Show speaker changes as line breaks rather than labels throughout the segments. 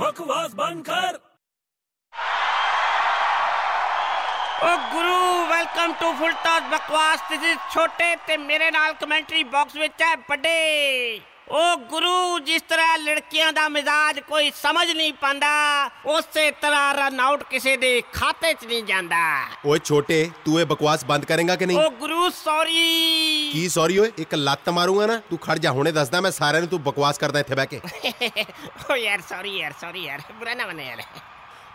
ਬਕਵਾਸ ਬੰਦ ਕਰ
ਓ ਗੁਰੂ ਵੈਲਕਮ ਟੂ ਫੁੱਲ ਟਾਸ ਬਕਵਾਸ this is ਛੋਟੇ ਤੇ ਮੇਰੇ ਨਾਲ ਕਮੈਂਟਰੀ ਬਾਕਸ ਵਿੱਚ ਹੈ ਵੱਡੇ ਓ ਗੁਰੂ ਜਿਸ ਤਰ੍ਹਾਂ ਲੜਕੀਆਂ ਦਾ ਮਿਜ਼ਾਜ ਕੋਈ ਸਮਝ ਨਹੀਂ ਪਾਉਂਦਾ ਉਸੇ ਤਰ੍ਹਾਂ ਰਨ ਆਊਟ ਕਿਸੇ ਦੇ ਖਾਤੇ 'ਚ ਨਹੀਂ ਜਾਂਦਾ
ਓਏ ਛੋਟੇ ਤੂੰ ਇਹ ਬਕਵਾਸ ਬੰਦ ਕਰੇਗਾ ਕਿ ਨਹੀਂ
ਓ ਗੁਰੂ ਸੌਰੀ
ਕੀ ਸੌਰੀ ਓਏ ਇੱਕ ਲੱਤ ਮਾਰੂੰਗਾ ਨਾ ਤੂੰ ਖੜ ਜਾ ਹੁਣੇ ਦੱਸਦਾ ਮੈਂ ਸਾਰਿਆਂ ਨੂੰ ਤੂੰ ਬਕਵਾਸ ਕਰਦਾ ਇੱਥੇ ਬਹਿ ਕੇ
ਓ ਯਾਰ ਸੌਰੀ ਯਾਰ ਸੌਰੀ ਯਾਰ ਬੁਰਾ ਨਾ ਮੰਨੇ ਯਾਰ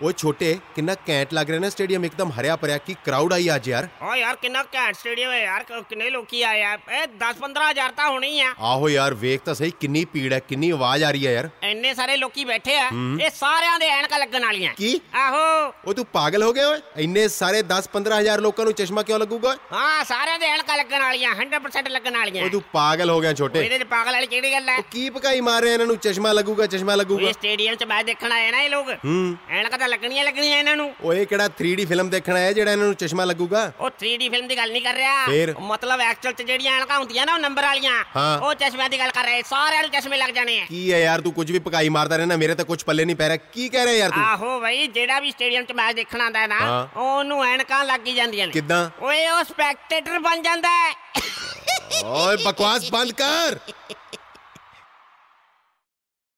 ਓਏ ਛੋਟੇ ਕਿੰਨਾ ਕੈਂਟ ਲੱਗ ਰਿਹਾ ਨਾ ਸਟੇਡੀਅਮ ਇੱਕਦਮ ਹਰਿਆ ਭਰਿਆ ਕੀ ਕਰਾਊਡ ਆਈ ਅੱਜ ਯਾਰ
ਓ ਯਾਰ ਕਿੰਨਾ ਘੈਂਟ ਸਟੇਡੀਅਮ ਹੈ ਯਾਰ ਕ- ਕਿੰਨੇ ਲੋਕੀ ਆਏ ਆ ਇਹ 10 15000 ਤਾਂ ਹੋਣੀ ਆ
ਆਹੋ ਯਾਰ ਵੇਖ ਤਾਂ ਸਹੀ ਕਿੰਨੀ ਭੀੜ ਹੈ ਕਿੰਨੀ ਆਵਾਜ਼ ਆ ਰਹੀ ਹੈ ਯਾਰ
ਇੰਨੇ ਸਾਰੇ ਲੋਕੀ ਬੈਠੇ ਆ ਇਹ ਸਾਰਿਆਂ ਦੇ ਐਨਕਾਂ ਲੱਗਣ ਵਾਲੀਆਂ
ਕੀ?
ਆਹੋ
ਓਏ ਤੂੰ ਪਾਗਲ ਹੋ ਗਿਆ ਓਏ ਇੰਨੇ ਸਾਰੇ 10 15000 ਲੋਕਾਂ ਨੂੰ ਚਸ਼ਮਾ ਕਿਉਂ ਲੱਗੂਗਾ ਓਏ?
ਹਾਂ ਸਾਰਿਆਂ ਦੇ ਐਨਕਾਂ ਲੱਗਣ ਵਾਲੀਆਂ 100% ਲੱਗਣ ਵਾਲੀਆਂ
ਓਏ ਤੂੰ ਪਾਗਲ ਹੋ ਗਿਆ ਛੋਟੇ
ਇਹਦੇ ਚ ਪਾਗਲ ਵਾਲੀ ਕਿਹੜੀ ਗੱਲ ਹੈ
ਓ ਕੀ ਭਕਾਈ ਮਾਰ ਰਿਹਾ ਇਹਨਾਂ ਨੂੰ ਚਸ਼ਮਾ ਲੱਗੂਗਾ ਚਸ਼ਮਾ ਲੱਗੂਗਾ
ਇਹ ਸਟੇਡੀਅਮ 'ਚ ਮੈਚ ਦੇਖਣ ਆਏ ਨਾ ਇਹ ਲੋਕ
ਹੂੰ
ਐਨਕਾਂ ਤਾਂ ਲੱਗਣੀਆਂ ਲੱਗਣੀਆਂ ਇਹਨਾਂ ਨੂੰ
ਓਏ ਇਹ ਕਿਹੜਾ 3D ਫਿਲਮ ਦੇਖਣਾ ਹੈ ਜਿਹੜਾ ਇਹਨਾਂ ਨੂੰ ਚਸ਼ਮਾ ਲੱਗੂਗਾ
ਉਹ 3D ਫਿਲਮ ਦੀ ਗੱਲ ਨਹੀਂ ਕਰ ਰਿਹਾ
ਫਿਰ?
ਮਤਲਬ ਐਕਚੁਅਲ 'ਚ ਜਿਹੜੀਆਂ ਐਨਕਾਂ ਹੁੰਦੀਆਂ ਨਾ ਉਹ ਨੰਬਰ ਵਾਲੀਆਂ
ਹਾਂ।
ਉਹ ਚਸ਼ਮਿਆਂ ਦੀ ਗੱਲ ਕਰ ਰਿਹਾ ਸਾਰਿਆਂ ਨੂੰ ਚਸ਼ਮੇ ਲੱਗ ਜਾਣੇ ਆ
ਕੀ ਹੈ ਯਾਰ ਤੂੰ ਕੁਝ ਵੀ ਭਕਾਈ ਮਾਰਦਾ ਰਹਿਣਾ ਮੇਰੇ ਤਾਂ ਕੁਝ ਪੱਲੇ ਨਹੀਂ ਪੈ ਰਿਹਾ ਕੀ ਕਹਿ ਰਿਹਾ ਯਾਰ ਤੂੰ
ਆਹੋ ਬਈ ਜਿਹੜਾ ਵੀ ਸਟੇਡੀਅਮ 'ਚ ਮੈਚ ਦੇਖਣ ਆਉਂਦਾ ਹੈ ਨਾ
ਹਾਂ।
ਉਹਨੂੰ ਐਨਕਾਂ ਲੱਗ ਹੀ ਜਾਂਦੀਆਂ ਨੇ
ਕਿੱਦਾਂ
ਓਏ ਉਹ ਸਪੈਕਟੇਟਰ ਬਣ ਜਾਂਦਾ ਹੈ
ਓਏ ਬਕਵਾਸ ਬੰਦ ਕਰ